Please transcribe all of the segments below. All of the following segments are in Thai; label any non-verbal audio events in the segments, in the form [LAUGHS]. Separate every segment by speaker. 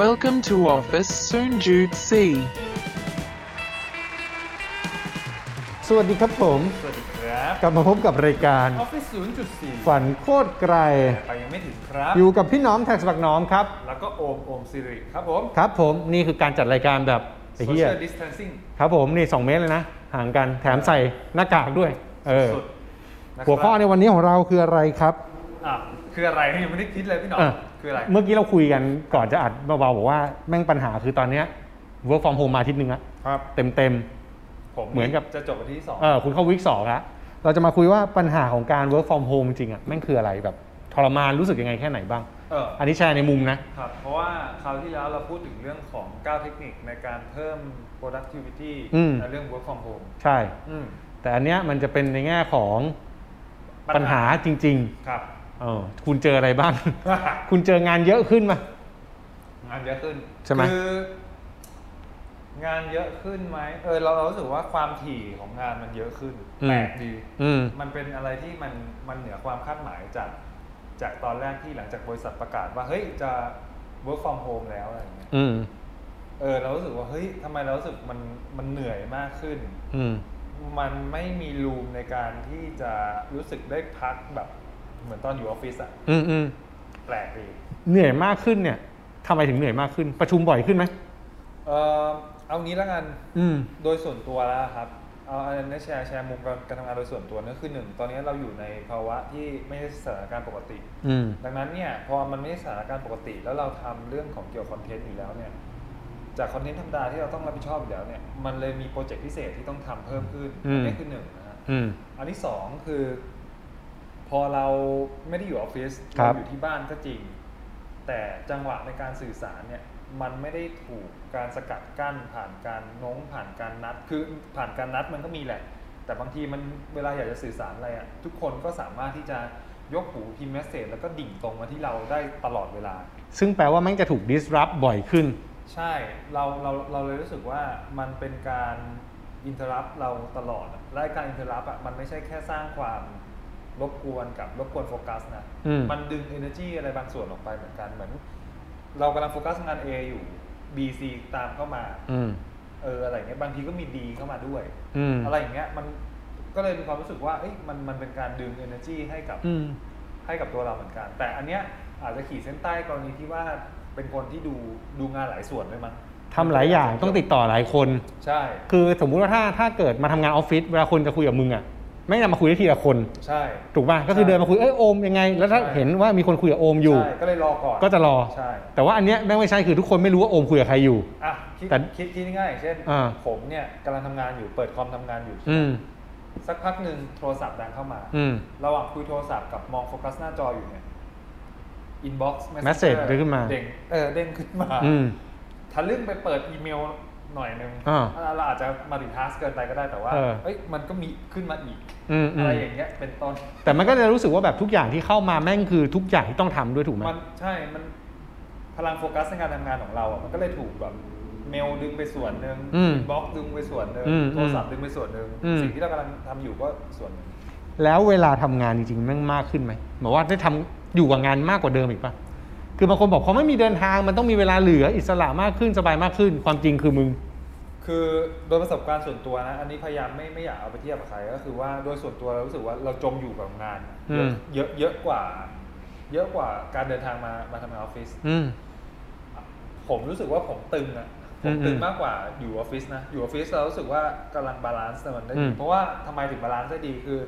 Speaker 1: Welcome to Office Soon Jude C.
Speaker 2: สวัสดีครับผม
Speaker 3: สวัสดีครับ
Speaker 2: กลับมาพบกับรายการ
Speaker 3: ออฟฟิศ0.4
Speaker 2: ฝันโคตรไกล
Speaker 3: ไปยังไม่ถึงครับ
Speaker 2: อยู่กับพี่น้องแท็กสปักน้อมครับ
Speaker 3: แล้วก็โอมโอมสิริครับผม
Speaker 2: ครับผมนี่คือการจัดรายการแบบไอ้
Speaker 3: โซ
Speaker 2: เฮีย
Speaker 3: เชียลดิสเทนซิ่ง
Speaker 2: ครับผมนี่ 2 เมตรเลยนะ ห่างกันแถมใส่หน้ากากด้วย เออ
Speaker 3: สุดนะครับ
Speaker 2: หัวข้อในวันนี้ของเราคืออะไรครับ
Speaker 3: อ่ะคืออะไรนี่ยังไม่ได้คิดเลยพี่หนอม
Speaker 2: เออ
Speaker 3: คืออะไร
Speaker 2: เมื่อกี้เราคุยกันก่อนจะอัดเบาๆบอกว่าแม่งปัญหาคือตอนเนี้ย work from home มาอาทิตย์หนึงละ
Speaker 3: ครับ
Speaker 2: เต็ม
Speaker 3: ผม
Speaker 2: เหมือนกับ
Speaker 3: จะจบวันที่สอง
Speaker 2: ๆเออคุณเข้าวิกสองละเราจะมาคุยว่าปัญหาของการ work from home จริงๆอะแม่งคืออะไรแบบทรมานรู้สึกยังไงแค่ไหนบ้าง
Speaker 3: เออ
Speaker 2: อันนี้แชร์ในมุมนะ
Speaker 3: ครับ เพราะว่าคราวที่แล้วเราพูดถึงเรื่องของ9เทคนิคในการเพิ่ม productivity
Speaker 2: อืม
Speaker 3: และเรื่อง work from home
Speaker 2: ใช่
Speaker 3: อืม
Speaker 2: แต่อันเนี้ยมันจะเป็นในแง่ของปัญหาจริง
Speaker 3: ครับ [LAUGHS]
Speaker 2: ๆเออคุณเจออะไรบ้าง [LAUGHS] คุณเจองานเยอะขึ้นมา
Speaker 3: งานเยอะขึ้น
Speaker 2: ใช่ไหม
Speaker 3: คืองานเยอะขึ้นไหมเออเราเรารู้สึกว่าความถี่ของงานมันเยอะขึ้นแปลกดี
Speaker 2: อืม
Speaker 3: มันเป็นอะไรที่มันมันเหนือความคาดหมายจากจากตอนแรกที่หลังจากบริษัทประกาศว่าเฮ้ยจะ work from home แล้วอะไรอย่างเงี้ย
Speaker 2: อืม
Speaker 3: เออเรารู้สึกว่าเฮ้ยทำไมเรารู้สึกมันมันเหนื่อยมากขึ้น
Speaker 2: อืม
Speaker 3: มันไม่มีรูมในการที่จะรู้สึกได้พักแบบเหมือนตอนอยู่ออฟฟิศอะ
Speaker 2: อืมอืม
Speaker 3: แปลกดี
Speaker 2: เหนื่อยมากขึ้นเนี่ยทำไมถึงเหนื่อยมากขึ้น ประชุมบ่อยขึ้นไหม
Speaker 3: เออเอางี้ละกัน
Speaker 2: อืม
Speaker 3: โดยส่วนตัวแล้วครับเอาอันนี้แชร์แชร์มุมการการทำงานโดยส่วนตัวนั่นคือหนึ่งตอนนี้เราอยู่ในภาวะที่ไม่ใช่สถานการณ์ปกติ
Speaker 2: อืม
Speaker 3: ดังนั้นเนี่ยพอมันไม่ใช่สถานการณ์ปกติ แล้วเราทำเรื่องของเกี่ยวกับคอนเทนต์อยู่แล้วเนี่ยจากคอนเทนต์ธรรมดาที่เราต้องรับผิดชอบอยู่แล้วเนี่ยมันเลยมีโปรเจกต์พิเศษที่ต้องทำเพิ่มขึ้น
Speaker 2: อืม
Speaker 3: อันนี้คือหนึ่งนะฮะ
Speaker 2: อืม
Speaker 3: อันที่สองคือ พอเราไม่ได้อยู่ออฟฟิศ
Speaker 2: ครั
Speaker 3: เรา
Speaker 2: บ
Speaker 3: อยู่ที่บ้านก็จริง แต่จังหวะในการสื่อสารเนี่ยมันไม่ได้ถูกการสกัดกั้น ผ่านการโน้งผ่านการนัด คือผ่านการนัดมันก็มีแหละ แต่บางทีมันเวลาอยากจะสื่อสารอะไรอะ่ะทุกคนก็สามารถที่จะยกหูพิมพ์เมสเซจแล้วก็ดิ่งตรงมาที่เราได้ตลอดเวลา
Speaker 2: ซึ่งแปลว่าแม่งจะถูก disrupt บ่อยขึ้น
Speaker 3: ใช่เราเราเราเลยรู้สึกว่ามันเป็นการอินเทอร์รัปเราตลอดอะและไอ้การอินเทอร์รัปอ่ะมันไม่ใช่แค่สร้างความรบกวนกับรบกวนโฟกัสนะ
Speaker 2: อืม
Speaker 3: นดึง energy อะไรบางส่วนออกไปเหมือนกันเหมือน เรากำลังโฟกัสงาน A อยู่ B C ตามเข้ามา
Speaker 2: อืม
Speaker 3: เอออะไรเงี้ยบางทีก็มี D เข้ามาด้วย
Speaker 2: อืม
Speaker 3: อะไรอย่างเงี้ยมันก็เลยมีความรู้สึกว่าเอ้ยมันมันเป็นการดึง energy ให้กับ
Speaker 2: อืม
Speaker 3: ให้กับตัวเราเหมือนกัน แต่อันเนี้ยอาจจะขีดเส้นใต้กรณีที่ว่าเป็นคนที่ดูดูงานหลายส่วนด้วยมั้ง
Speaker 2: ทำหลายอย่างต้องติดต่อหลายคน
Speaker 3: ใช่
Speaker 2: คือสมมุติว่าถ้าถ้าเกิดมาทำงานออฟฟิศเวลาคนจะคุยกับมึงอ่ะไม่งจะมาคุยได้ทีละคน
Speaker 3: ใช่
Speaker 2: ถูกป่ะก็คือ
Speaker 3: ใช่
Speaker 2: เดินมาคุยเอ้ยโอมยังไง แล้วถ้า
Speaker 3: ใช่
Speaker 2: เห็นว่ามีคนคุยกับโอมอยู่
Speaker 3: ใช่ก็เลยรอก่อน
Speaker 2: ก็จะรอ
Speaker 3: ใช่
Speaker 2: แต่ว่าอันเนี้ยแม่งไม่ใช่คือทุกคนไม่รู้ว่าโอมคุยกับใครอยู่
Speaker 3: อ่ะคิด
Speaker 2: แต่
Speaker 3: คิดคิดง่ายๆเช่น
Speaker 2: อ่า
Speaker 3: ผมเนี่ยกำลังทำงานอยู่เปิดคอมทำงานอยู่
Speaker 2: อืม
Speaker 3: สักพักหนึ่งโทรศัพท์ดังเข้ามา
Speaker 2: อืม
Speaker 3: ระหว่างคุยโทรศัพท์กับมองโฟกัสหน้าจออยู่เนี่ยอินบ็อกซ์
Speaker 2: Message เด้งขึ้นมา
Speaker 3: เด้งเออเด้งขึ้นมา
Speaker 2: อืม
Speaker 3: ทะลึ่งไปเปิดอีเมลหน่อยหนึง
Speaker 2: อ่า
Speaker 3: เราอาจจะมัลติทัสเกินไปก็ได้แต่ว่า
Speaker 2: เออ
Speaker 3: เอ้ยมันก็มีขึ้นมาอีก
Speaker 2: อืมอื
Speaker 3: อะ
Speaker 2: ม
Speaker 3: ไรอย่างเงี้ยเป็นต้น
Speaker 2: แต่มันก็จะรู้สึกว่าแบบทุกอย่างที่เข้ามาแม่งคือทุกอย่างที่ต้องทำด้วยถูกไหม
Speaker 3: มันใช่มันพลังโฟกัสในการทำงานของเราอ่ะมันก็เลยถูกแบบเมลดึงไปส่วนหนึ่ง
Speaker 2: อืม
Speaker 3: บล็อกดึงไปส่วนหนึ่ง
Speaker 2: อืม
Speaker 3: โทรศัพท์ดึงไปส่วนหนึ่ง
Speaker 2: อืม
Speaker 3: สิ่งที่เรากำลังทำอยู่ก็ส่วนหนึ่ง
Speaker 2: แล้วเวลาทำงานจริงๆแม่งมากขึ้นไหมหมายว่าได้ทำอยู่กับงานมากกว่าเดิมอีกปะคือบางคนบอกเขาไม่มีเดินทางมันต้องมีเวลาเหลืออิสระมากขึ้นสบายมากขึ้น ความจริงคือมึง
Speaker 3: คือโดยประสบการณ์ส่วนตัวนะ อันนี้พยายามไม่ไม่อยากเอาไปเทียบกับใครก็คือว่าโดยส่วนตัวเรารู้สึกว่าเราจมอยู่กับงาน
Speaker 2: อืม
Speaker 3: เยอะเยอะกว่า เยอะกว่าการเดินทางมามาทำงานออฟฟิศ
Speaker 2: อืม
Speaker 3: ผมรู้สึกว่าผมตึงอะผ
Speaker 2: อื
Speaker 3: ม
Speaker 2: ม
Speaker 3: ตึงมากกว่าอยู่ออฟฟิศนะ อยู่ออฟฟิศเรารู้สึกว่ากำลังบาลานซ์มันได้
Speaker 2: อื
Speaker 3: ดี
Speaker 2: ม
Speaker 3: เพราะว่าทำไมถึงบาลานซ์ได้ดีคือ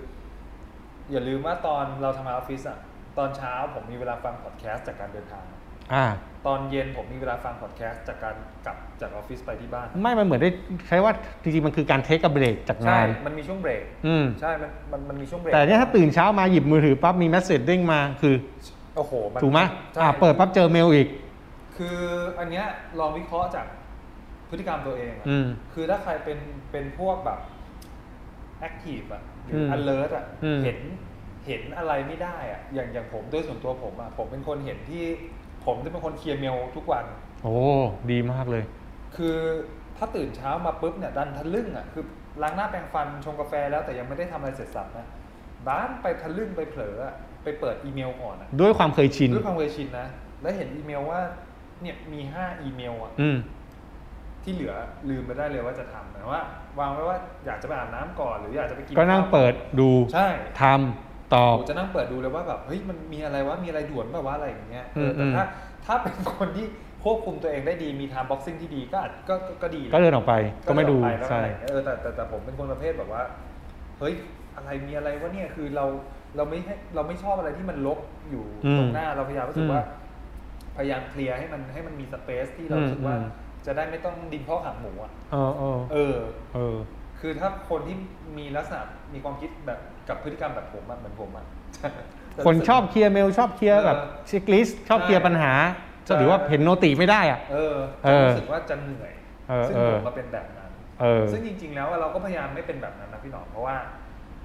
Speaker 3: อย่าลืมว่าตอนเราทำงานออฟฟิศอะตอนเช้าผมมีเวลาฟังพอดแคสต์จากการเดินทาง
Speaker 2: อ่า
Speaker 3: ตอนเย็นผมมีเวลาฟังพอดแคสต์จากการกลับจากออฟฟิศไปที่บ้าน
Speaker 2: ไม่มันเหมือนได้ใช้ว่าจริงๆมันคือการเทคกับเบรกจาก
Speaker 3: ใช่
Speaker 2: งาน
Speaker 3: มันมีช่วงเบรก
Speaker 2: อืม
Speaker 3: ใช่มันมันมันมีช่วงเบรก
Speaker 2: แต่เนี่ยถ้าตื่นเช้ามาหยิบมือถือปั๊บมีแมสเซจเด้งมาคือ
Speaker 3: โอ้โหน
Speaker 2: ถูกไหม
Speaker 3: ใช่
Speaker 2: อ่าเปิดปั๊บเจอเมลอีก
Speaker 3: คืออันเนี้ยลองวิเคราะห์จากพฤติกรรมตัวเองอะ
Speaker 2: อืม
Speaker 3: คือถ้าใครเป็นเป็นพวกแบบแอคทีฟอะหรือ
Speaker 2: ม
Speaker 3: อ alert อะ
Speaker 2: อืม
Speaker 3: เห็นเห็นอะไรไม่ได้อะอย่างอย่างผมด้วยส่วนตัวผมอะผมเป็นคนเห็นที่ผมจะเป็นคนเคลียร์เมลทุกวัน
Speaker 2: โอ้ดีมากเลย
Speaker 3: คือถ้าตื่นเช้ามาปุ๊บเนี่ยดันทะลึ่งอะคือล้างหน้าแปรงฟันชงกาแฟแล้วแต่ยังไม่ได้ทำอะไรเสร็จสับนะบ้านไปทะลึ่งไปเผลออะไปเปิดอีเมลก่อนอะ
Speaker 2: ด้วยความเคยชิน
Speaker 3: ด้วยความเคยชินนะ แล้วเห็นอีเมลว่า เนี่ยมีห้าอีเมลอะ
Speaker 2: อืม
Speaker 3: ที่เหลือลืมไปได้เลยว่าจะทำหมายความว่าวางไว้ว่าอยากจะไปอาบน้ำก่อนหรืออยากจะไปกิน
Speaker 2: ก็นั่ง
Speaker 3: ข้าว
Speaker 2: เปิดดู
Speaker 3: ใช่
Speaker 2: ทำตอบ
Speaker 3: ผมจะนั่งเปิดดูเลยว่าแบบเฮ้ยมันมีอะไรวะมีอะไรด่วนแบบว่าอะไรอย่างเงี้ยเอออ
Speaker 2: ม
Speaker 3: แต่
Speaker 2: อืม
Speaker 3: ถ้าถ้าเป็นคนที่ควบคุมตัวเองได้ดีมีทามบ็อกซิ่งที่ดีก็อาจก็ก็ก็ดีแหละ
Speaker 2: ก็เดินออกไปก็ไม่ดู
Speaker 3: เนออปแล้ว
Speaker 2: ใช่
Speaker 3: อะไรเงี้ยเออแต่แต่แต่ผมเป็นคนประเภทแบบว่า เฮ้ย อะไรมีอะไรวะเนี่ย คือเราเราไม่ให้เราไม่ชอบอะไรที่มันลกอยู่
Speaker 2: อืม
Speaker 3: ตรงหน้า เราพยายามรู้สึ
Speaker 2: อื
Speaker 3: ก
Speaker 2: ม
Speaker 3: ว่า พยายามเคลียร์ให้มันให้มันมีสเปซที่เรา
Speaker 2: อืม
Speaker 3: รู้สึกว่า
Speaker 2: อืม
Speaker 3: จะได้ไม่ต้องดินพ่อขาหมูอ่ะ
Speaker 2: เออเออ
Speaker 3: เออ
Speaker 2: เออ
Speaker 3: คือถ้าคนที่มีลักษณะมีความคิดแบบกับพฤติกรรมแบบผมอะเหมือนผมอะจะ
Speaker 2: [LAUGHS] คน
Speaker 3: รู้สึก
Speaker 2: ชอบเคลียร์เมลชอบเคลียร์
Speaker 3: เออ
Speaker 2: แบบเช็คลิสชอบเคลียร์ปัญหา
Speaker 3: ใช่
Speaker 2: หรือว่าเห็นโนติไม่ได้อ่ะ
Speaker 3: เออ
Speaker 2: เออ
Speaker 3: จะรู้สึกว่าจะเหนื่อย
Speaker 2: เออ
Speaker 3: ซึ่ง
Speaker 2: เออ
Speaker 3: ผมมาเป็นแบบนั้น
Speaker 2: เออ
Speaker 3: ซึ่งจริง ๆ แล้วอะเราก็พยายามไม่เป็นแบบนั้นนะพี่หนอมเพราะว่า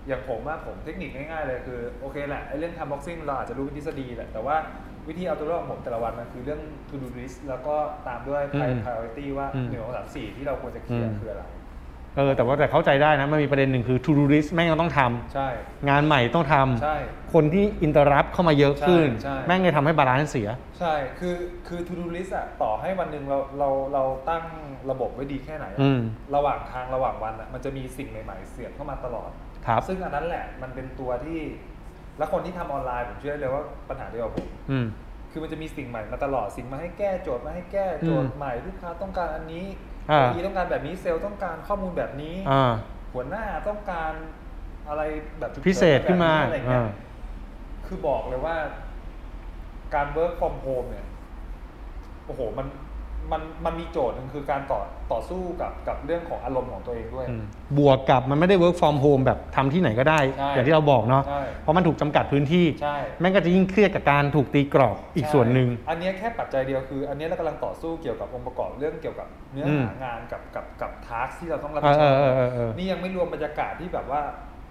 Speaker 3: อย่างผมอะผมเทคนิคง่ายๆเลยคือโอเคแหละไอ้เรื่องทำบ็อกซิ่งเราอาจจะรู้เป็นทฤษฎีแหละแต่ว่าวิธีเอาตัวรอดของผมแต่ละวันมันคือเรื่อง to do list แล้วก็ตามด้วย
Speaker 2: อืม
Speaker 3: priority ว่าหนึ่งสองสามสี่ที่เราควรจะเคลียร์คืออะไร
Speaker 2: เออ แต่ว่าแต่เข้าใจได้นะมันมีประเด็นหนึ่งคือ to do list แม่งก็ต้องทำ
Speaker 3: ใช่
Speaker 2: งานใหม่ต้องทำ
Speaker 3: ใช่
Speaker 2: คนที่อินเตอร์รับเข้ามาเยอะขึ้น
Speaker 3: ใช่ใช่
Speaker 2: แม่งเลยทำให้บาลานซ์เสีย
Speaker 3: ใช่คือคือ to do list อะต่อให้วันหนึ่งเราเราเราตั้งระบบไว้ดีแค่ไหนอะ
Speaker 2: อืม
Speaker 3: ระหว่างทางระหว่างวันอะมันจะมีสิ่งใหม่ๆ เสียบเข้ามาตลอด
Speaker 2: ครับ
Speaker 3: ซึ่งอันนั้นแหละมันเป็นตัวที่และคนที่ทำออนไลน์ผมเชื่อเลยว่าปัญหาเดียวกับผม
Speaker 2: อืม
Speaker 3: คือมันจะมีสิ่งใหม่มาตลอดสิ่งมาให้แก้โจทย์มาให้แก้โจท
Speaker 2: อื
Speaker 3: ย์
Speaker 2: ม
Speaker 3: ใหม่ลูกค้าต้องการอันนี้
Speaker 2: อ่า
Speaker 3: ดีต้องการแบบนี้เซลล์ต้องการข้อมูลแบบนี้
Speaker 2: อ่า
Speaker 3: หัวหน้าต้องการอะไรแบบฉุกฉิน
Speaker 2: พิเศษขึ้นมา
Speaker 3: แบบอะไรเงี้ย
Speaker 2: อ่า
Speaker 3: คือบอกเลยว่า การ work from home เนี่ยโอ้โหมันมันมันมีโจทย์หนึ่งคือการต่อต่อสู้กับกับเรื่องของอารมณ์ของตัวเองด้วย
Speaker 2: อืมบวกกับมันไม่ได้ work from home แบบทำที่ไหนก็ได้
Speaker 3: ใช่
Speaker 2: อย่างที่เราบอกเนาะ
Speaker 3: ใช่
Speaker 2: เพราะมันถูกจำกัดพื้นที่
Speaker 3: ใช่
Speaker 2: แม่งก็จะยิ่งเครียดกับการถูกตีกรอบอีกส่วนหนึ่ง
Speaker 3: ใช่อันเนี้ยแค่ปัจจัยเดียวคือ อันเนี้ยเรากำลังต่อสู้เกี่ยวกับองค์ประกอบเรื่องเกี่ยวกับเนื้อ
Speaker 2: อืม
Speaker 3: หางานกับกับกับทาร์กที่เราต้องรับ
Speaker 2: เอ
Speaker 3: ผิ
Speaker 2: อ
Speaker 3: ดช
Speaker 2: เออ
Speaker 3: อ
Speaker 2: เออบ เออเออ
Speaker 3: นี่ยังไม่รวมบรรยากาศที่แบบว่า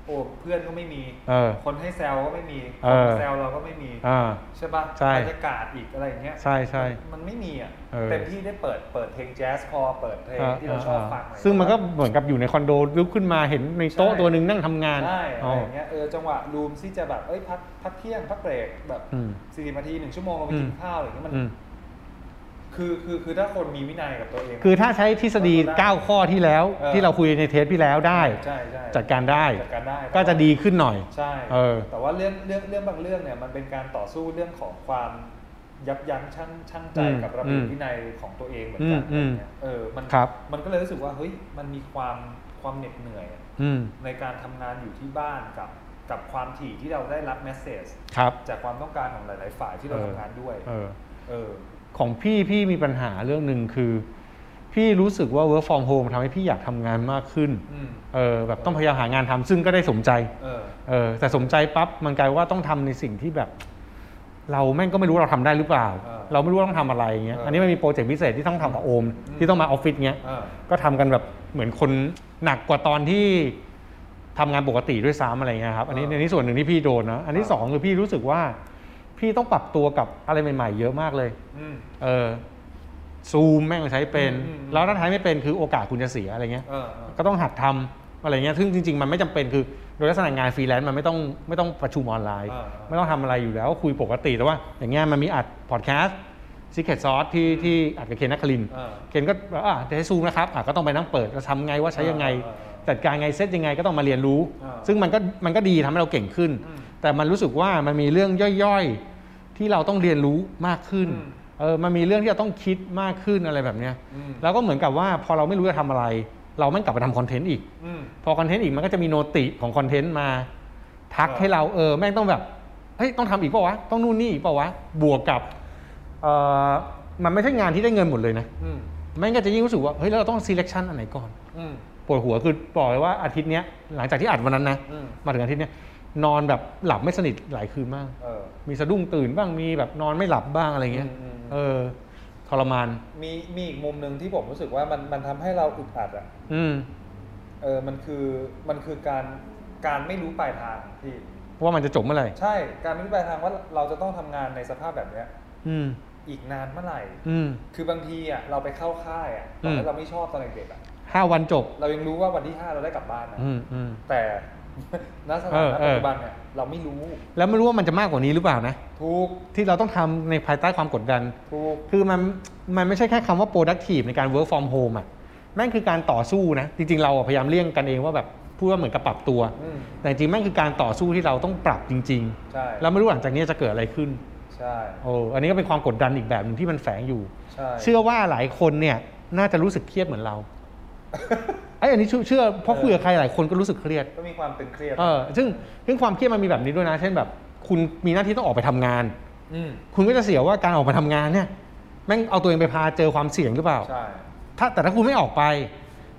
Speaker 3: โอ้เพื่อนก็ไม่มี
Speaker 2: เออ
Speaker 3: คนให้แซวก็ไม่มี
Speaker 2: เออ
Speaker 3: คนแซวเราก็ไม่มี
Speaker 2: อ่า
Speaker 3: ใช่ปะ
Speaker 2: ใช่
Speaker 3: บรรยากาศอีกอะไรอย่างเงี้ย
Speaker 2: ใช่ใช่
Speaker 3: มันมันไม่มีอ่ะ
Speaker 2: เออ
Speaker 3: เต็มที่ได้เปิดเปิดเพลงแจ๊สคอเปิดเพลงที่เราชอบฟังอะไร
Speaker 2: ซึ่งมันก็เหมือนกับอยู่ในคอนโดลุกขึ้นมาเห็นในโต๊ะ
Speaker 3: ใช่
Speaker 2: ตัวหนึ่งนั่งทำงาน
Speaker 3: ใช่อะไร
Speaker 2: อ๋อ
Speaker 3: อย่างเงี้ยเออจังหวะรูมที่จะแบบเอ้ยพักพักเที่ยงพักเบรกแบบ
Speaker 2: อืม
Speaker 3: สี่สิบนาทีหนึ่งชั่วโมงเราไปกินข้าวอะไรอย่างเงี้ยมัน
Speaker 2: อืม
Speaker 3: คือคือคือถ้าคนมีวินัยกับตัวเอง
Speaker 2: คือถ้าใช้ทฤษฎี
Speaker 3: ได้
Speaker 2: 9 ข้อที่แล้ว
Speaker 3: เออ
Speaker 2: ที่เราคุยในเทปที่แล้วได้
Speaker 3: ใช่ใช่
Speaker 2: จัดการได้
Speaker 3: จัดการได้
Speaker 2: ก็จะดีขึ้นหน่อย
Speaker 3: ใช่
Speaker 2: เออ
Speaker 3: แต่ว่าเรื่องเรื่องเรื่องบางเรื่องเนี่ยมันเป็นการต่อสู้เรื่องของความยับยั้งชั่งชั่งใจ
Speaker 2: อืม
Speaker 3: กับระเบียบ
Speaker 2: อืม
Speaker 3: วินัยของตัวเองเหมือนกัน
Speaker 2: อืม
Speaker 3: อะไรเงี้ยเออมัน
Speaker 2: ครับ
Speaker 3: มันก็เลยรู้สึกว่าเฮ้ยมันมีความความเหน็ดเหนื่อย
Speaker 2: อืม
Speaker 3: ในการทำงานอยู่ที่บ้านกับกับความถี่ที่เราได้รับเมสเซจ
Speaker 2: ครับ
Speaker 3: จากความต้องการของหลาย ๆ ฝ่ายที่เรา
Speaker 2: เออ
Speaker 3: ทำงานด้วย
Speaker 2: เออ
Speaker 3: เออ
Speaker 2: ของพี่พี่มีปัญหาเรื่องหนึ่งคือ พี่รู้สึกว่า work from home ทำให้พี่อยากทำงานมากขึ้น
Speaker 3: อืม
Speaker 2: เออแบบต้องพยายามหางานทำซึ่งก็ได้สมใจ
Speaker 3: เออ
Speaker 2: เออแต่สมใจปั๊บมันกลายว่าต้องทำในสิ่งที่แบบ เราแม่งก็ไม่รู้เราทำได้หรือเปล่า
Speaker 3: เออ
Speaker 2: เราไม่รู้ว่าต้องทำอะไรเงี้ย
Speaker 3: เอออั
Speaker 2: อันนี้มันมีโปรเจกต์พิเศษที่ต้องทำกับโอม
Speaker 3: อืม
Speaker 2: ที่ต้องมาออฟฟิศเงี้ย
Speaker 3: เออ
Speaker 2: ก็ทำกันแบบเหมือนคนหนักกว่าตอนที่ทำงานปกติด้วยซ้ำอะไรเงี้ยครับอันนี้
Speaker 3: เออ
Speaker 2: ใน
Speaker 3: อั
Speaker 2: นี้ส่วนหนึ่งที่พี่โดนนะอัน
Speaker 3: ครั
Speaker 2: ที่
Speaker 3: บ
Speaker 2: สองคือพี่รู้สึกว่า พี่ต้องปรับตัวกับอะไรใหม่ ๆ เยอะมากเลย
Speaker 3: อืม
Speaker 2: เออซูมแม่งใช้เป็น
Speaker 3: อืมอืม
Speaker 2: แล้วถ้าใช้ไม่เป็นคือโอกาสคุณจะเสียอะไรเงี้ย
Speaker 3: เออเออ
Speaker 2: ก็ต้องหัดทำอะไรเงี้ย ซึ่งจริง ๆ มันไม่จำเป็นคือ โดยลักษณะงานฟรีแลนซ์มันไม่ต้องไม่ต้องประชุมออนไลน์
Speaker 3: อ่า
Speaker 2: ไม่ต้องทำอะไรอยู่แล้วคุยปกติ แต่ว่า อย่างเงี้ยมันมีอัดพอดแคสต์ซิกเก็ตซอสที่ที่อัดกับเคนนักคลินทร์
Speaker 3: อ่า
Speaker 2: เคนก็แบบอ่ะจะให้ซูมนะครับอ่ะก็ต้องไปนั่งเปิดแล้วทำไงว่าใช้ยังไง
Speaker 3: อ่าอ่าอ่า
Speaker 2: จัดการไงเซตยังไงก็ต้องมาเรียนรู้
Speaker 3: อ่า
Speaker 2: ซึ่งมันก็มันก็ดีทำให้เราเก่งขึ้น
Speaker 3: อืม
Speaker 2: แต่มันรู้สึกว่ามันมีเรื่องย่อยๆ ที่เราต้องเรียนรู้มากขึ้น
Speaker 3: อืม
Speaker 2: เออมันมีเรื่องที่เราต้องคิดมากขึ้นอะไรแบบเนี้ย
Speaker 3: อืม
Speaker 2: แล้วก็เหมือนกับว่าพอเราไม่รู้จะทำอะไร เราไม่งกลับไปทำคอนเทนต์อีก
Speaker 3: อืม
Speaker 2: พอคอนเทนต์อีกมันก็จะมีโนติของคอนเทนต์มา ทัก
Speaker 3: เออ
Speaker 2: ให้เราเออแม่งต้องแบบเฮ้ยต้องทำอีกเปล่าวะต้องนู่นนี่อีกเปล่าวะบวกกับเออมันไม่ใช่งานที่ได้เงินหมดเลยนะ
Speaker 3: อืม
Speaker 2: แม่งก็จะยิ่งรู้สึกว่าเฮ้ยแล้วเราต้อง selection อันไหนก่อน
Speaker 3: อืม
Speaker 2: ปวดหัวคือบอกเลยว่าอาทิตย์เนี้ยหลังจากที่อัดวันนั้นนะ
Speaker 3: อืม
Speaker 2: มาถึงอาทิตย์เนี้ยนอนแบบหลับไม่สนิทหลายคืนมาก
Speaker 3: เออ
Speaker 2: มีสะดุ้งตื่นบ้างมีแบบนอนไม่หลับบ้างอะไรเงี้ย
Speaker 3: อืมอืม
Speaker 2: เออทรมาน
Speaker 3: มีมีอีกมุมหนึ่งที่ผมรู้สึกว่ามันมันทำให้เราอึดอัดอ่ะ
Speaker 2: อืม
Speaker 3: เออมันคือมันคือการการไม่รู้ปลายทางพี่
Speaker 2: ว่ามันจะจบเมื่อไหร่
Speaker 3: ใช่ การไม่รู้ปลายทางว่าเราจะต้องทำงานในสภาพแบบเนี้ย
Speaker 2: อืม
Speaker 3: อีกนานเมื่อไหร่
Speaker 2: อืม
Speaker 3: คือบางทีอ่ะเราไปเข้าค่ายอ่ะตอน
Speaker 2: อืม
Speaker 3: นั้นเราไม่ชอบตอนเด็กๆอ่ะ
Speaker 2: ห้าวันจบ
Speaker 3: เรายังรู้ว่าวันที่ห้าเราได้กลับบ้านนะ [LAUGHS]
Speaker 2: อืมอืม
Speaker 3: แต่ ณส
Speaker 2: เออ
Speaker 3: ถานะ
Speaker 2: เอ
Speaker 3: ปัจ
Speaker 2: อ
Speaker 3: จุบันเนี่ยเราไม่รู้
Speaker 2: แล้วไม่รู้ว่ามันจะมากกว่านี้หรือเปล่านะ
Speaker 3: ถูก
Speaker 2: ที่เราต้องทำในภายใต้ความกดดัน
Speaker 3: ถูก
Speaker 2: คือมันมันไม่ใช่แค่คำว่า productive ในการ work from home อะแม่งคือการต่อสู้นะ จริง ๆ เราอะพยายามเลี่ยงกันเองว่าแบบพูดว่าเหมือนกับปรับตัว
Speaker 3: อืม
Speaker 2: แต่จริงๆแม่งคือการต่อสู้ที่เราต้องปรับจริง
Speaker 3: ใช่
Speaker 2: ๆ แล้วไม่รู้หลังจากนี้จะเกิดอะไรขึ้น
Speaker 3: ใช่
Speaker 2: โอ้อันนี้ก็เป็นความกดดันอีกแบบหนึ่งที่มันแฝงอยู่
Speaker 3: ใช่
Speaker 2: เชื่อว่าหลายคนเนี่ยน่าจะรู้สึกเครียดเหมือนเราไอ้ยอันนี้เชื่อเชื่อเพราะคุยกับใครหลายคนก็รู้สึกเครียด
Speaker 3: [LAUGHS] ก็มีความตึงเครียด
Speaker 2: เออซึ่งซึ่งความเครียดมันมีแบบนี้ด้วยนะ เช่นแบบ คุณมีหน้าที่ต้องออกไปทำงาน
Speaker 3: อืม
Speaker 2: คุณก็จะเสียว่าการออกมาทำงานเนี่ยแม่งเอาตัวเองไปพาเจอความเสี่ยงหรือเปล่า
Speaker 3: ใช่
Speaker 2: ถ้าแต่ถ้าคุณไม่ออกไป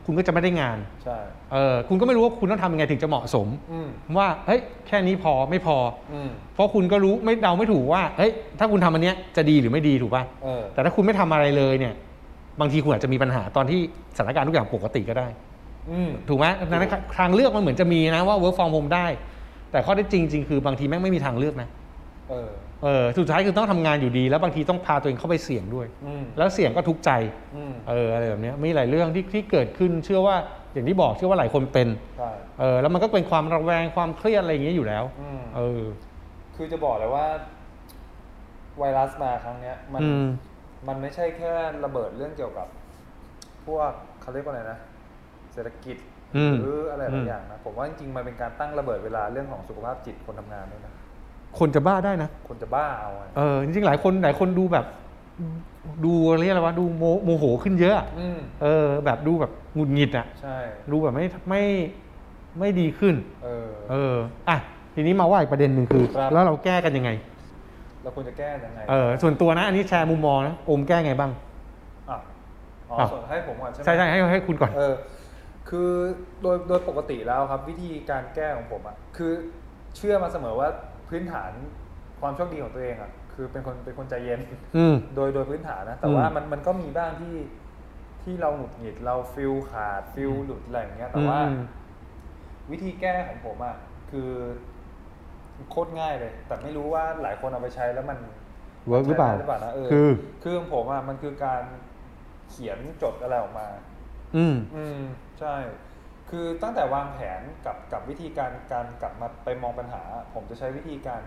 Speaker 2: คุณก็จะไม่ได้งาน
Speaker 3: ใช่
Speaker 2: เออคุณก็ไม่รู้ว่าคุณต้องทำยังไงถึงจะเหมาะสม
Speaker 3: อืม
Speaker 2: ว่าเฮ้ยแค่นี้พอไม่พอ
Speaker 3: อืม
Speaker 2: เพราะคุณก็รู้ไม่เดาไม่ถูกว่าเฮ้ยถ้าคุณทำอันเนี้ยจะดีหรือไม่ดีถูกป่ะ
Speaker 3: เออ
Speaker 2: แต่ถ้าคุณไม่ทำอะไรเลยเนี่ย บางทีคุณอาจจะมีปัญหาตอนที่สถานการณ์ทุกอย่างปกติก็ได้
Speaker 3: อืม
Speaker 2: ถูกไหมดังนั้นทางเลือกมันเหมือนจะมีนะว่า work from home ได้ แต่ข้อเท็จจริงจริงๆคือบางทีแม่งไม่มีทางเลือกนะ
Speaker 3: เออ
Speaker 2: เออสุดท้ายคือต้องทำงานอยู่ดี แล้วบางทีต้องพาตัวเองเข้าไปเสี่ยงด้วย
Speaker 3: อืม
Speaker 2: แล้วเสี่ยงก็ทุกข์ใจ
Speaker 3: อืม
Speaker 2: เอออะไรแบบเนี้ยมีหลายเรื่องที่ที่เกิดขึ้นเชื่อว่าอย่างที่บอกเชื่อว่าหลายคนเป็น
Speaker 3: ใช่
Speaker 2: เออแล้วมันก็เป็นความระแวงความเครียดอะไรอย่างเงี้ยอยู่แล้ว
Speaker 3: อืม
Speaker 2: เออ
Speaker 3: คือจะบอกเลยว่า ไวรัสมาครั้งเนี้ย มัน
Speaker 2: อืม
Speaker 3: มันไม่ใช่แค่ระเบิดเรื่องเกี่ยวกับ พวกเขาเรียกว่าอะไรนะ เศรษฐกิจ
Speaker 2: อืม
Speaker 3: หรืออะไรห
Speaker 2: อื
Speaker 3: ลาม ยอย่างนะผมว่าจริงๆมันเป็นการตั้งระเบิดเวลาเรื่องของสุขภาพจิตคนทำงานด้วยนะ
Speaker 2: คนจะบ้าได้นะ
Speaker 3: คนจะบ้าเอาอะ
Speaker 2: เออจริงๆหลายคนหลายคนดูแบบ ดูเรียกอะไรวะดูโมโมโหขึ้นเยอะอะ
Speaker 3: อืม
Speaker 2: เออ แบบดูแบบหงุดหงิดอ่ะ
Speaker 3: ใช่
Speaker 2: ดูแบบไม่ไม่ไม่ดีขึ้น
Speaker 3: เออ
Speaker 2: เอออ่ะทีนี้มาว่าอีกประเด็นหนึ่งคือ
Speaker 3: ครับ
Speaker 2: แล้วเราแก้กันยังไง
Speaker 3: เราควรจะแก้ยังไง
Speaker 2: เออส่วนตัวนะ อันนี้แชร์มุมมองนะโอมแก้ไงบ้าง
Speaker 3: อ่ะอ๋อ
Speaker 2: อ้าว
Speaker 3: ส่วนให้ผมก่อนใช่ไหม
Speaker 2: ใช่ใช่ให้ให้คุณก่อน
Speaker 3: เออ คือโดยโดยปกติแล้วครับ วิธีการแก้ของผมอ่ะ คือเชื่อมาเสมอว่าพื้นฐานความโชคดีของตัวเองอ่ะ คือเป็นคนเป็นคนใจเย็น [LAUGHS]
Speaker 2: อืม
Speaker 3: โดยโดยพื้นฐานนะ แต่
Speaker 2: อืม
Speaker 3: ว่ามันมันก็มีบ้างที่ที่เราหงุดหงิดเราฟิลขาดฟิลหลุดอะไรอย่างเงี้ย แต่ว่า
Speaker 2: อืม
Speaker 3: วิธีแก้ของผมอ่ะคือโคตรง่ายเลย แต่ไม่รู้ว่าหลายคนเอาไปใช้แล้วมัน
Speaker 2: เวิร์กหรือเปล่า
Speaker 3: ใช่ไหมหรือเปล่านะเออ
Speaker 2: คือ
Speaker 3: คือของผมอ่ะมันคือการเขียนจดอะไรออกมา
Speaker 2: อืม
Speaker 3: อืมใช่ คือตั้งแต่วางแผนกับกับวิธีการการกลับมาไปมองปัญหา ผมจะใช้วิธีการ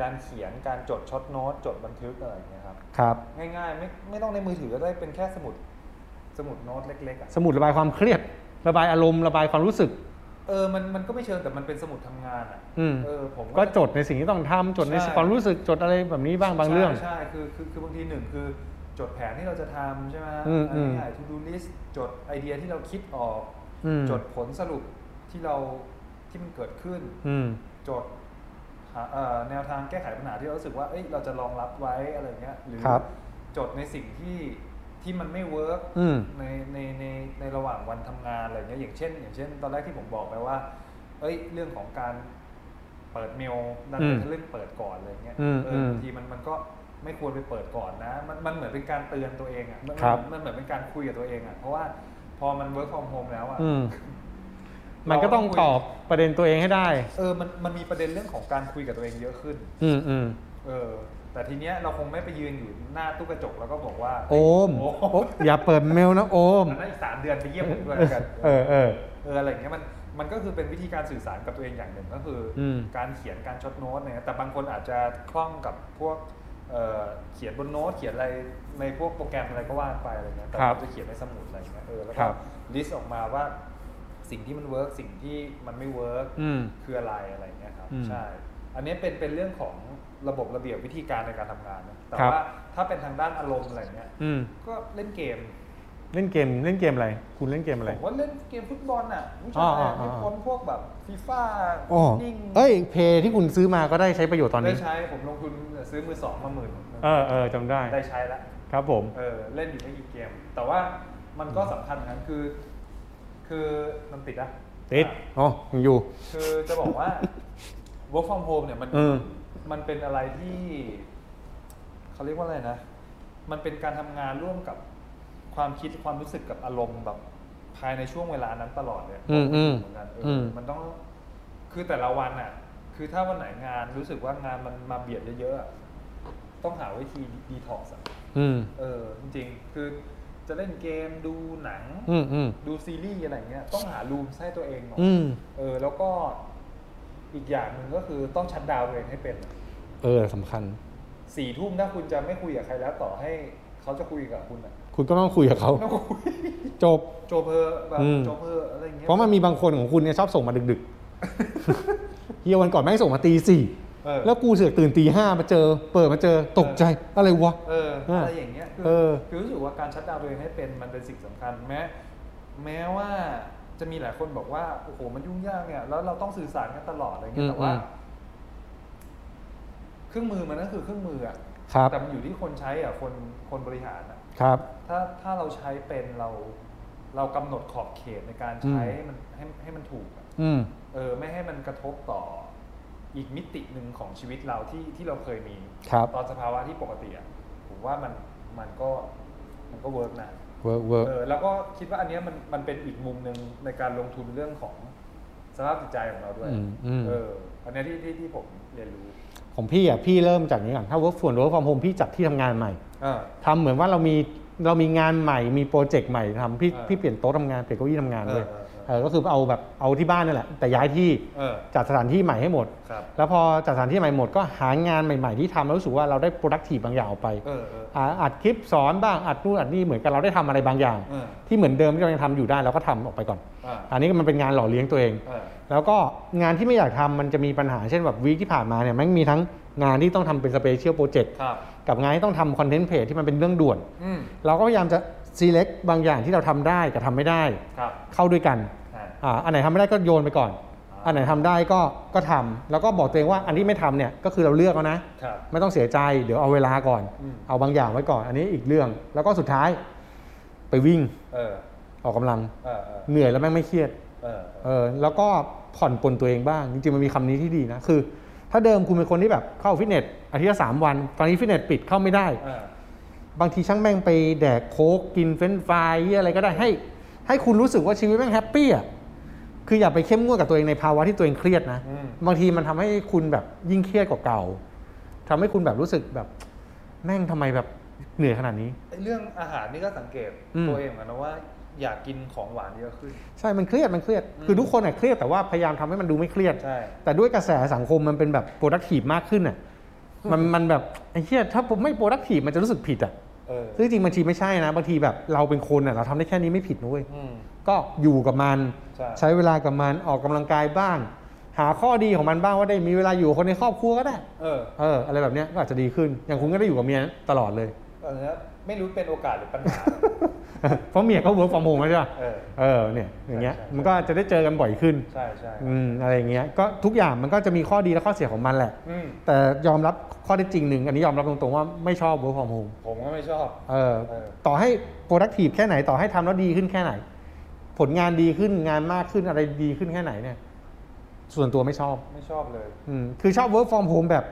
Speaker 3: การเขียนการจดช็อตโน้ตจดบันทึกอะไรอย่างเงี้ยครับ
Speaker 2: ครับ
Speaker 3: ง่ายๆ ไม่ไม่ต้องในมือถือก็ได้เป็นแค่สมุดสมุดโน้ตเล็กๆอ่ะ
Speaker 2: สมุดระบายความเครียด ระบายอารมณ์ระบายความรู้สึก
Speaker 3: เออมันมันก็ไม่เชิงแต่มันเป็นสมุดทำงานอ่ะ
Speaker 2: อืม
Speaker 3: เออผม
Speaker 2: ก็
Speaker 3: ก็
Speaker 2: จดในสิ่งที่ต้องทำจดใน
Speaker 3: ใช่
Speaker 2: ความรู้สึกจดอะไรแบบนี้บ้างบางเรื่อง
Speaker 3: ใช่ใช่คือคือคือบางทีหนึ่งคือจดแผนที่เราจะทำใช่ไหมฮะ
Speaker 2: อืมอืม
Speaker 3: ง่ายๆ to do list จดไอเดียที่เราคิดออก
Speaker 2: อืม
Speaker 3: จดผลสรุปที่เราที่มันเกิดขึ้น
Speaker 2: อืม
Speaker 3: จดหาเอ่อแนวทางแก้ไขปัญหาที่เรารู้สึกว่าเอ้ยเราจะรองรับไว้อะไรเงี้ยหรือ
Speaker 2: ครับ
Speaker 3: จดในสิ่งที่ที่มันไม่เวิร์ก
Speaker 2: อืม
Speaker 3: ในในในในระหว่างวันทำงานอะไรเงี้ยอย่างเช่น อย่างเช่น ตอนแรกที่ผมบอกไปว่า เอ้ยเรื่องของการเปิดเมลดัน
Speaker 2: อืม
Speaker 3: ไปเรื่องเปิดก่อนอะไรเงี้ย
Speaker 2: อืม
Speaker 3: เออ
Speaker 2: ม
Speaker 3: บางทีมันมันก็ไม่ควรไปเปิดก่อนนะ มันมันเหมือนเป็นการเตือนตัวเองอ่ะมัน
Speaker 2: ครับ
Speaker 3: มันเหมือนเป็นการคุยกับตัวเองอ่ะเพราะว่าพอมันเวิร์กฟอร์มโฮมแล้วอ่ะ
Speaker 2: อืม มันก็ต้องตอบประเด็นตัวเองให้ได้
Speaker 3: เออมันมันมีประเด็นเรื่องของการคุยกับตัวเองเยอะขึ้น
Speaker 2: อืมอืม
Speaker 3: เออ แต่ทีเนี้ยเราคงไม่ไปยืนอยู่หน้าตู้กระจกแล้วก็บอกว่า
Speaker 2: โอม
Speaker 3: โอ้
Speaker 2: โอ๊ะอย่าเปิดเมลนะโอม
Speaker 3: แล้วอีกสามเดือนไปเยี่ยมผมด้วยแล้วกัน
Speaker 2: เออเออ
Speaker 3: เอออะไรอย่างเงี้ยมันมันก็คือเป็นวิธีการสื่อสารกับตัวเองอย่างหนึ่งก็คืออ
Speaker 2: ม
Speaker 3: การเขียนการช็อตโน้ตเนี่ยแต่บางคนอาจจะคล่องกับพวกเอ่อเขียนบนโน้ตเขียนอะไรในพวกโปรแกรมอะไรก็ว่าไปอะไรเงี้ยแต่
Speaker 2: ครับ
Speaker 3: ผมจะเขียนในสมุดอะไรเงี้ยเออแล้ว
Speaker 2: ค
Speaker 3: ก็
Speaker 2: รับ
Speaker 3: ลิสต์ออกมาว่าสิ่งที่มันเวิร์กสิ่งที่มันไม่เวิร์ก
Speaker 2: อืม
Speaker 3: คืออะไรอะไรอย่างเงี้ยครับ
Speaker 2: อืม
Speaker 3: ใช่ อันนี้เป็นเป็นเรื่องของระบบระเบียบวิธีการในการทำงานนะแต่
Speaker 2: ครับ
Speaker 3: ว่าถ้าเป็นทางด้านอารมณ์อะไรเงี้ย
Speaker 2: อืม
Speaker 3: ก็เล่นเกม
Speaker 2: เล่นเกมเล่นเกมอะไร คุณเล่นเกมอะไร
Speaker 3: ผมว่าเล่นเกมฟุตบอลน่ะผู้
Speaker 2: อ๋
Speaker 3: ชา
Speaker 2: อย อ๋อ
Speaker 3: อะ
Speaker 2: อ๋อ
Speaker 3: ไม่พ้นพวกแบบฟีฟ่า
Speaker 2: อ๋อ
Speaker 3: นิ่ง
Speaker 2: เอ้ย เพย์ที่คุณซื้อมาก็ได้ใช้ประโยชน์ตอน
Speaker 3: ได้
Speaker 2: นี้
Speaker 3: ใช้ผมลงทุนซื้อมือสองมาหมื่น
Speaker 2: เออเออจำได้
Speaker 3: ได้ใช้ละ
Speaker 2: ครับผม
Speaker 3: เออเล่นอยู่ไม่กี่เกม แต่ว่ามันก็สำคัญนะคือ คือมันติดอะ
Speaker 2: ติด อ๋อยังอยู่
Speaker 3: คือจะบอกว่า work from home เนี่ยมัน
Speaker 2: เออ
Speaker 3: มันเป็นอะไรที่เขาเรียกว่าอะไรนะ มันเป็นการทำงานร่วมกับความคิดความรู้สึกกับอารมณ์แบบ ภายในช่วงเวลานั้นตลอดเลย
Speaker 2: อืมอืม
Speaker 3: เหมือนกันเอออ
Speaker 2: อืม
Speaker 3: มันต้องคือแต่ละวันอ่ะ คือถ้าวันไหนงานรู้สึกว่างานมันมาเบียดเยอะๆอะต้องหาวิธีดีท็อกซ์
Speaker 2: อืม
Speaker 3: เออ จริงๆ คือจะเล่นเกมดูหนัง
Speaker 2: อืมอืม
Speaker 3: ดูซีรีส์อะไรเงี้ยต้องหารูมให้ตัวเองหน่อย
Speaker 2: อืม
Speaker 3: เออแล้วก็ อีกอย่างหนึ่งก็คือต้องชัดดาวน์ตัวเองให้เป็น
Speaker 2: เออสำคัญ
Speaker 3: สี่ทุ่มถ้าคุณจะไม่คุยกับใครแล้วต่อให้เขาจะคุยกับ
Speaker 2: [LAUGHS]
Speaker 3: คุณอ่ะ
Speaker 2: คุณก็ต้องคุยกับเขา
Speaker 3: ต้องคุย
Speaker 2: จบ
Speaker 3: โจเพอแบบ
Speaker 2: อืม
Speaker 3: โจเพออะไรอย่างเงี้ย
Speaker 2: เพราะมันมีบางคนของคุณเนี่ยชอบส่งมาดึกๆ [LAUGHS] เฮียวันก่อนแม่งส่งมาตีสี่
Speaker 3: เออ
Speaker 2: แล้วกูเสือกตื่นตีห้ามาเจอ เปิดมาเจอตกใจอะไรวะ
Speaker 3: เอออะไรอย่างเงี้ยคื
Speaker 2: เออ
Speaker 3: คือรู้สึกว่าการชัดดาวน์ตัวเองให้เป็นมันเป็นสิ่งสำคัญแม้แม้ว่าจะมีหลายคนบอกว่าโอ้โหมันยุ่งยากเนี่ยแล้วเราต้องสื่อสารกันตลอดอะไรเงี้ยแต่ว่า เครื่องมือมันก็คือเครื่องมืออะ
Speaker 2: ครับ
Speaker 3: แต่มันอยู่ที่คนใช้อะคนคนบริหารอะ
Speaker 2: ครับ
Speaker 3: ถ้าถ้าเราใช้เป็นเรา เรากำหนดขอบเขตในการใช้
Speaker 2: อืม
Speaker 3: ให้มันให้ให้มันถูกอะ
Speaker 2: อืม
Speaker 3: เออไม่ให้มันกระทบต่ออีกมิติหนึ่งของชีวิตเราที่ที่เราเคยมี
Speaker 2: ครับ
Speaker 3: ตอนสภาวะที่ปกติอะผมว่ามันมันก็มันก็เวิร์กนะ
Speaker 2: เวิร์กเวิร์ก
Speaker 3: เออแล้วก็คิดว่าอันเนี้ยมันมันเป็นอีกมุมหนึ่งในการลงทุนเรื่องของสภาพจิตใจของเราด้วย
Speaker 2: อืมอืม
Speaker 3: เอออันเนี้ยที่ที่ที่ผมเรียนรู้
Speaker 2: ของพี่อ่ะพี่เริ่มจากนี้ก่อนถ้าเวิร์กส่วนเวิร์กความโฮมพี่จัดที่ทำงานใหม่
Speaker 3: เออ
Speaker 2: ทำเหมือนว่าเรามีเรามีงานใหม่มีโปรเจกต์ใหม่ทำพี่
Speaker 3: เออ
Speaker 2: พี่เปลี่ยนโต๊ะทำงานเปลี่ยนเก้าอี้ทำงานเลย
Speaker 3: เออเออเออ
Speaker 2: เออก็คือเอาแบบเอาที่บ้านนั่นแหละแต่ย้ายที่
Speaker 3: เออ
Speaker 2: จัดสถานที่ใหม่ให้หมด
Speaker 3: ครับ
Speaker 2: แล้วพอจัดสถานที่ใหม่หมดก็หางานใหม่ ๆ ที่ทำแล้วรู้สึกว่าเราได้ productive บางอย่างออกไป
Speaker 3: เออเออ
Speaker 2: อ่าอัดคลิปสอนบ้างอัดนู่นอัดนี่เหมือนกับเราได้ทำอะไรบางอย่าง
Speaker 3: เออ
Speaker 2: ที่เหมือนเดิมที่เรายังทำอยู่ได้เราก็ทำออกไปก่อน
Speaker 3: อ่า
Speaker 2: อันนี้มันเป็นงานหล่อเลี้ยงตัวเอง
Speaker 3: เออ
Speaker 2: แล้วก็งานที่ไม่อยากทำมันจะมีปัญหาเช่นแบบวีคที่ผ่านมาเนี่ยแมันมีทั้งงานที่ต้องทำเป็นสเปเชียลโปรเจกต์
Speaker 3: ครับ
Speaker 2: กับงานที่ต้องทำคอนเทนต์เพจที่มันเป็นเรื่องด่วน
Speaker 3: อืม
Speaker 2: เราก็พยายามจะ select บางอย่างที่เราทำได้กับทำไม่ได้
Speaker 3: ครับ
Speaker 2: เข้าด้วยกัน
Speaker 3: อ่า
Speaker 2: อ่าอันไหนทำไม่ได้ก็โยนไปก่อน
Speaker 3: อ่า
Speaker 2: อันไหนทำได้ก็ก็ทำแล้วก็บอกตัวเองว่าอันที่ไม่ทำเนี่ยก็คือเราเลือกแล้วนะครับ ไม่ต้องเสียใจเดี๋ยวเอาเวลาก่อน
Speaker 3: อืม
Speaker 2: เอาบางอย่างไว้ก่อน อันนี้อีกเรื่องแล้วก็สุดท้าย ไปวิ่ง
Speaker 3: เออ
Speaker 2: ออกกำลัง
Speaker 3: เออ เออ
Speaker 2: เหนื่อยแล้วแม่งไม่เครียด
Speaker 3: เออ
Speaker 2: เออแล้วก็ผ่อนปลนตัวเองบ้าง จริงๆมันมีคำนี้ที่ดีนะคือ ถ้าเดิมคุณเป็นคนที่แบบเข้าฟิตเนสอาทิตย์ละสามวัน ตอนนี้ฟิตเนสปิดเข้าไม่ได้
Speaker 3: เออ
Speaker 2: บางทีช่างแม่งไปแดกโค้กกินเฟรนช์ฟรายเหี้ยอะไรก็ได้ให้ ให้คุณรู้สึกว่าชีวิตแม่งแฮปปี้อ่ะคืออย่าไปเข้มงวดกับตัวเองในภาวะที่ตัวเองเครียดนะ
Speaker 3: อืม
Speaker 2: บางทีมันทำให้คุณแบบยิ่งเครียดกว่าเก่าทำให้คุณแบบรู้สึกแบบ แม่งทำไมแบบเหนื่อยขนาดนี้
Speaker 3: ไอ้เรื่องอาหารนี่ก็สังเกต
Speaker 2: อืม
Speaker 3: ตัวเองเหมือนกันนะว่า อยากกินของหวานเยอะขึ้น
Speaker 2: ใช่มันเครียดมันเครียด คือทุกคนอ่ะเครียดแต่ว่าพยายามทำให้มันดูไม่เครียด
Speaker 3: ใช่
Speaker 2: แต่ด้วยกระแสสังคมมันเป็นแบบ productive มากขึ้นอ่ะมันมันแบบไอ้เหี้ยถ้าผมไม่ productive มันจะรู้สึกผิดอ่ะ
Speaker 3: เออ
Speaker 2: ซึ่งจริงๆบางทีไม่ใช่นะบางทีแบบเราเป็นคนอ่ะเราทำได้แค่นี้ไม่ผิดนะเว้ย
Speaker 3: อืม
Speaker 2: ก็อยู่กับมัน
Speaker 3: ใช่
Speaker 2: ใช้เวลากับมันออกกำลังกายบ้าง หาข้อดีของมันบ้างว่าได้มีเวลาอยู่กับคนในครอบครัวก็ได้
Speaker 3: เออ
Speaker 2: เออ อะไรแบบเนี้ยก็อาจจะดีขึ้น อย่างคุณก็ได้อยู่กับเมียตลอดเลย [LAUGHS]
Speaker 3: อันเนี้ยไม่รู้เป็นโอกาสหรือปัญหา
Speaker 2: เพราะเมียเขาเวิร์กฟอร์มโฮมใช่ปะ
Speaker 3: เออ
Speaker 2: เออเนี่ยอย่างเงี้ย
Speaker 3: ใช่ใช่
Speaker 2: มันก็จะได้เจอกันบ่อยขึ้น
Speaker 3: ใช่ใช่
Speaker 2: อืมอะไรอย่างเงี้ยก็ทุกอย่างมันก็จะมีข้อดีและข้อเสียของมันแหละ
Speaker 3: อืม
Speaker 2: แต่ยอมรับข้อได้จริงหนึ่งอันนี้ยอมรับตรงๆว่าไม่ชอบเวิร์กฟอร์มโฮม
Speaker 3: ผมก็ไม่ชอบ
Speaker 2: เออ
Speaker 3: เออ
Speaker 2: ต่อให้ productive แค่ไหนต่อให้ทำแล้วดีขึ้นแค่ไหน ผลงานดีขึ้นงานมากขึ้นอะไรดีขึ้นแค่ไหนเนี่ย ส่วนตัวไม่ชอบ
Speaker 3: ไม่ชอบเลย
Speaker 2: อืมคือชอบ work from home แบบ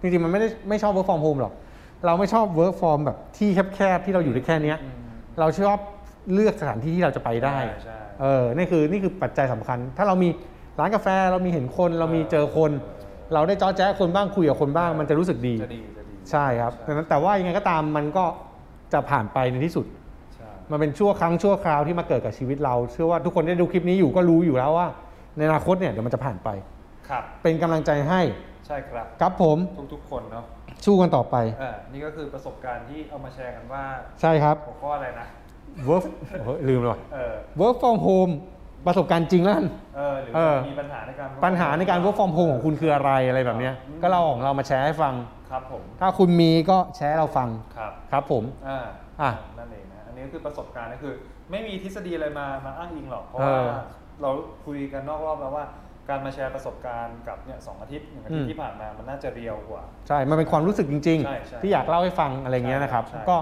Speaker 2: จริงๆ มันไม่ได้ไม่ชอบ work from home หรอก เราไม่ชอบ work from แบบที่แคบๆ ที่เราอยู่ได้แค่เนี้ย
Speaker 3: อืม
Speaker 2: เราชอบเลือกสถานที่ที่เราจะไปได้
Speaker 3: ใช่ใช่
Speaker 2: เออ นี่คือนี่คือปัจจัยสำคัญ ถ้าเรามีร้านกาแฟเรามีเห็นคนเรามีเจอคน
Speaker 3: เออ
Speaker 2: เราได้จ้อแจ้คนบ้างคุยกับคนบ้าง มันจะรู้สึกดี
Speaker 3: จะดี จะดี
Speaker 2: ใช่ครับดังนั้นแต่ว่ายังไงก็ตามมันก็จะผ่านไปในที่สุด
Speaker 3: ใช่
Speaker 2: มันเป็นชั่วครั้งชั่วคราวที่มาเกิดกับชีวิตเรา เชื่อว่าทุกคนได้ดูคลิปนี้อยู่ก็รู้อยู่แล้วว่า ในอนาคตเนี่ยเดี๋ยวมันจะผ่านไป
Speaker 3: ครับ
Speaker 2: เป็นกำลังใจให้
Speaker 3: ใช่ครับ
Speaker 2: ครับผม
Speaker 3: ทุกๆคนเนาะ
Speaker 2: สู้กันต่อไป
Speaker 3: เออนี่ก็คือประสบการณ์ที่เอามาแชร์กันว่า
Speaker 2: ใช่ครับ
Speaker 3: หัวข้ออะไรนะ
Speaker 2: work โอ้ยลืมเลยว่ะ
Speaker 3: เออ
Speaker 2: work from home ประสบการณ์จริงแล้วกัน
Speaker 3: เออหรือ
Speaker 2: เออ
Speaker 3: มีปัญหาในการ
Speaker 2: ปัญหาในการ work from home ของคุณคืออะไรอะไรแบบเนี้ย
Speaker 3: อืม
Speaker 2: ก็เราของเรามาแชร์ให้ฟัง
Speaker 3: ครับผม
Speaker 2: ถ้าคุณมีก็แชร์ให้เราฟัง
Speaker 3: ครับ
Speaker 2: ครับผม
Speaker 3: อ่า
Speaker 2: อ่ะ
Speaker 3: นั่นเองนะอันนี้ก็คือประสบการณ์ก็คือ ไม่มีทฤษฎีอะไรมามาอ้างอิงหรอกเพราะว่า
Speaker 2: เออ
Speaker 3: เราคุยกันนอกรอบแล้วว่า การมาแชร์ประสบการณ์กับเนี่ยสองอาทิตย์หนึ่งอาทิต
Speaker 2: อื
Speaker 3: ย์
Speaker 2: ม
Speaker 3: ที่ผ่านมามันน่าจะเรียวกว่า
Speaker 2: ใช่ มันเป็นความรู้สึกจริง
Speaker 3: ใช่ใช่
Speaker 2: ๆ ที่อยากเล่าให้ฟังอะไรเงี้ยนะครับ
Speaker 3: ใช่
Speaker 2: ก็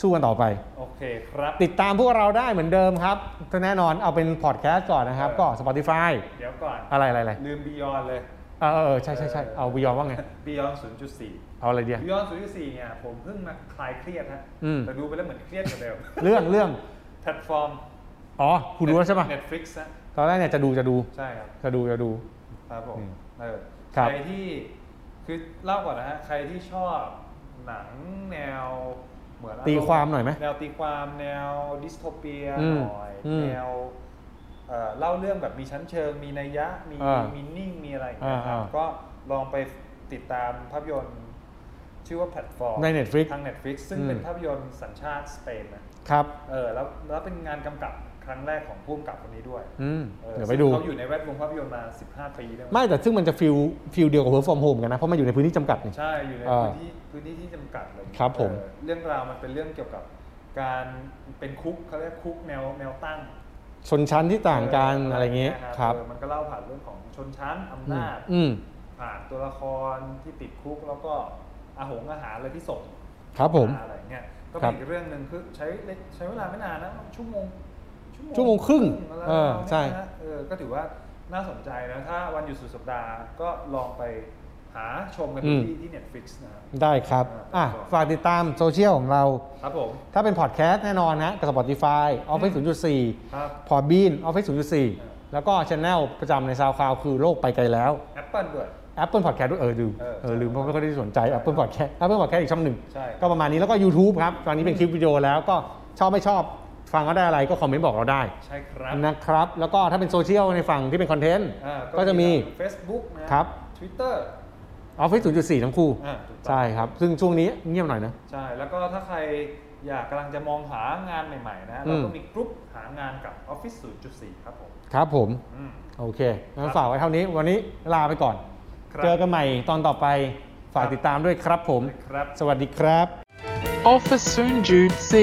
Speaker 2: สู้กันต่อไป
Speaker 3: โอเคครับ
Speaker 2: ติดตามพวกเราได้เหมือนเดิมครับแน่นอนเอาเป็นพอดแคสต์ก่อนนะครับ
Speaker 3: เออ
Speaker 2: ก็ Spotify
Speaker 3: เดี๋ยวก่อน
Speaker 2: อะไรอะไรอะไร
Speaker 3: ลืมบียอนเลย
Speaker 2: เออเออเออใช่ใช่ใช่เอาบิยอนว่าไง
Speaker 3: บียอน0.4
Speaker 2: เอาอะไรเดีย
Speaker 3: บียอน0.4เนี่ยผมเพิ่งมาคลายเครียดฮะ
Speaker 2: อืม
Speaker 3: แต่ดูไปแล้วเหมือนเครียดกว่าเดิม
Speaker 2: เรื่องเรื่อง
Speaker 3: แพลตฟอร์ม
Speaker 2: อ๋อคุณรู้แล้วใช่ปะ
Speaker 3: Netflix นะ
Speaker 2: ตอนแรกเนี่ยจะดูจะดู
Speaker 3: ใช่ครับ
Speaker 2: จะดูจะดู
Speaker 3: ครับผม
Speaker 2: อืม
Speaker 3: เออ
Speaker 2: ครับ
Speaker 3: ใครที่คือเล่าก่อนนะฮะใครที่ชอบหนังแนวเหมือนอรณ์
Speaker 2: ตีความหน่อยไหม
Speaker 3: แนวตีความแนวดิสโทเปีย
Speaker 2: อืม
Speaker 3: หน่อย
Speaker 2: อืม
Speaker 3: แนว เอ่อเล่าเรื่องแบบมีชั้นเชิง มีนัยยะ มี
Speaker 2: อ่า
Speaker 3: มินนิ่ง มีอะไรอย่างเงี้ยครับ
Speaker 2: อ่าอ่า
Speaker 3: ก็ลองไปติดตามภาพยนตร์ ชื่อว่าแพลตฟอร์ม
Speaker 2: ใน Netflix
Speaker 3: ทาง Netflix ซึ่ง
Speaker 2: อืม
Speaker 3: เป็นภาพยนตร์สัญชาติสเปนนะครับ เออแล้วแล้วเป็นงานกำกับครั้งแรกของผู้กำกับคนนี้ด้วย
Speaker 2: อืม
Speaker 3: ออ
Speaker 2: เดี๋ยวไปดู
Speaker 3: ซึ่งเขาอยู่ในแวดวงภาพยนตร์มา 15 ปีได้ไหม
Speaker 2: ไม่แต่ซึ่งมันจะฟิลฟิลเดียวกับ work from home กันนะ เพราะมันอยู่ในพื้นที่จำกัดนี่
Speaker 3: ใช่อยู่ใน
Speaker 2: อ่า
Speaker 3: พื้นที่พื้นที่ที่จำกัดเลย
Speaker 2: ครับผม
Speaker 3: เออเรื่องราวมันเป็นเรื่องเกี่ยวกับการเป็นคุกเขาเรียกคุกแนวแนวตั้ง
Speaker 2: ชนชั้นที่ต่างกันอะไรอย่างเงี้ยครับ
Speaker 3: เออมันก็เล่าผ่านเรื่องของชนชั้นอำนาจ
Speaker 2: อืม
Speaker 3: ผ่านตัวละครที่ติดคุกแล้วก็อาหงอาหารอะไรที่ส่ง
Speaker 2: ครับผม
Speaker 3: าอะไรเงี้ยก็
Speaker 2: ครั
Speaker 3: เป็
Speaker 2: บ
Speaker 3: นอีกเรื่องหนึ่งคือใช้ใช้เวลาไม่นานนะชั่วโมง
Speaker 2: ชั่วโมงครึ่ง
Speaker 3: อะไร
Speaker 2: เออใช่
Speaker 3: ประมาณนี้นะเออก็ถือว่าน่าสนใจนะถ้าวันหยุดสุดสัปดาห์ก็ลองไปหาชมกันดูที่ที่ Netflix นะครับ
Speaker 2: ได้ครับ อ่ะ ฝากติดตามโซเชียลของเรา
Speaker 3: ครับผม
Speaker 2: ถ้าเป็นพอดแคสต์แน่นอนนะกับ Spotify Office
Speaker 3: ครับ
Speaker 2: 0.4 Podbean Office 0.4 แล้วก็ช anel ประจำใน SoundCloud คือโลกไปไกลแล้ว
Speaker 3: Apple ด้วย
Speaker 2: Apple Podcast ด้วยเออลืม
Speaker 3: เออ
Speaker 2: เออลืม
Speaker 3: ใช่
Speaker 2: เพราะไม่ค่อยได้สนใจ
Speaker 3: ใช่
Speaker 2: Apple Podcast Apple Podcast อีกช่องหนึ่ง
Speaker 3: ใช่
Speaker 2: ก็ประมาณนี้แล้วก็ YouTube ครับ ตอนนี้เป็นคลิปวิดีโอแล้วก็ชอบไม่ชอบ ฟังก็ได้อะไรก็คอมเมนต์บอกเราได้
Speaker 3: ใช่ครับ
Speaker 2: นะครับ แล้วก็ถ้าเป็นโซเชียลในฝั่งที่เป็นคอนเทนต์
Speaker 3: อ่า
Speaker 2: ก็จะมี
Speaker 3: ทั้ง Facebook นะครับ Twitter
Speaker 2: Office 0.4 ทั้งคู่
Speaker 3: อ่าถูกต้อง
Speaker 2: ใช่ครับ ซึ่งช่วงนี้เงียบหน่อยนะ
Speaker 3: ใช่ แล้วก็ถ้าใครอยากกำลังจะมองหางานใหม่ ๆ นะเราก็
Speaker 2: อืม
Speaker 3: มีกลุ่มหางานกับ Office 0.4 ครับผม
Speaker 2: ครับผม
Speaker 3: อืม
Speaker 2: โอเคงั้น
Speaker 3: ครับ
Speaker 2: ฝากไว้เท่านี้ วันนี้ลาไปก่อน
Speaker 3: ครับ
Speaker 2: เจอกันใหม่ตอนต่อไป ฝาก
Speaker 3: ครับ
Speaker 2: ติดตามด้วยครับผม
Speaker 3: ครับ
Speaker 2: สวัสดีครับ
Speaker 1: Officer Soon Jude C.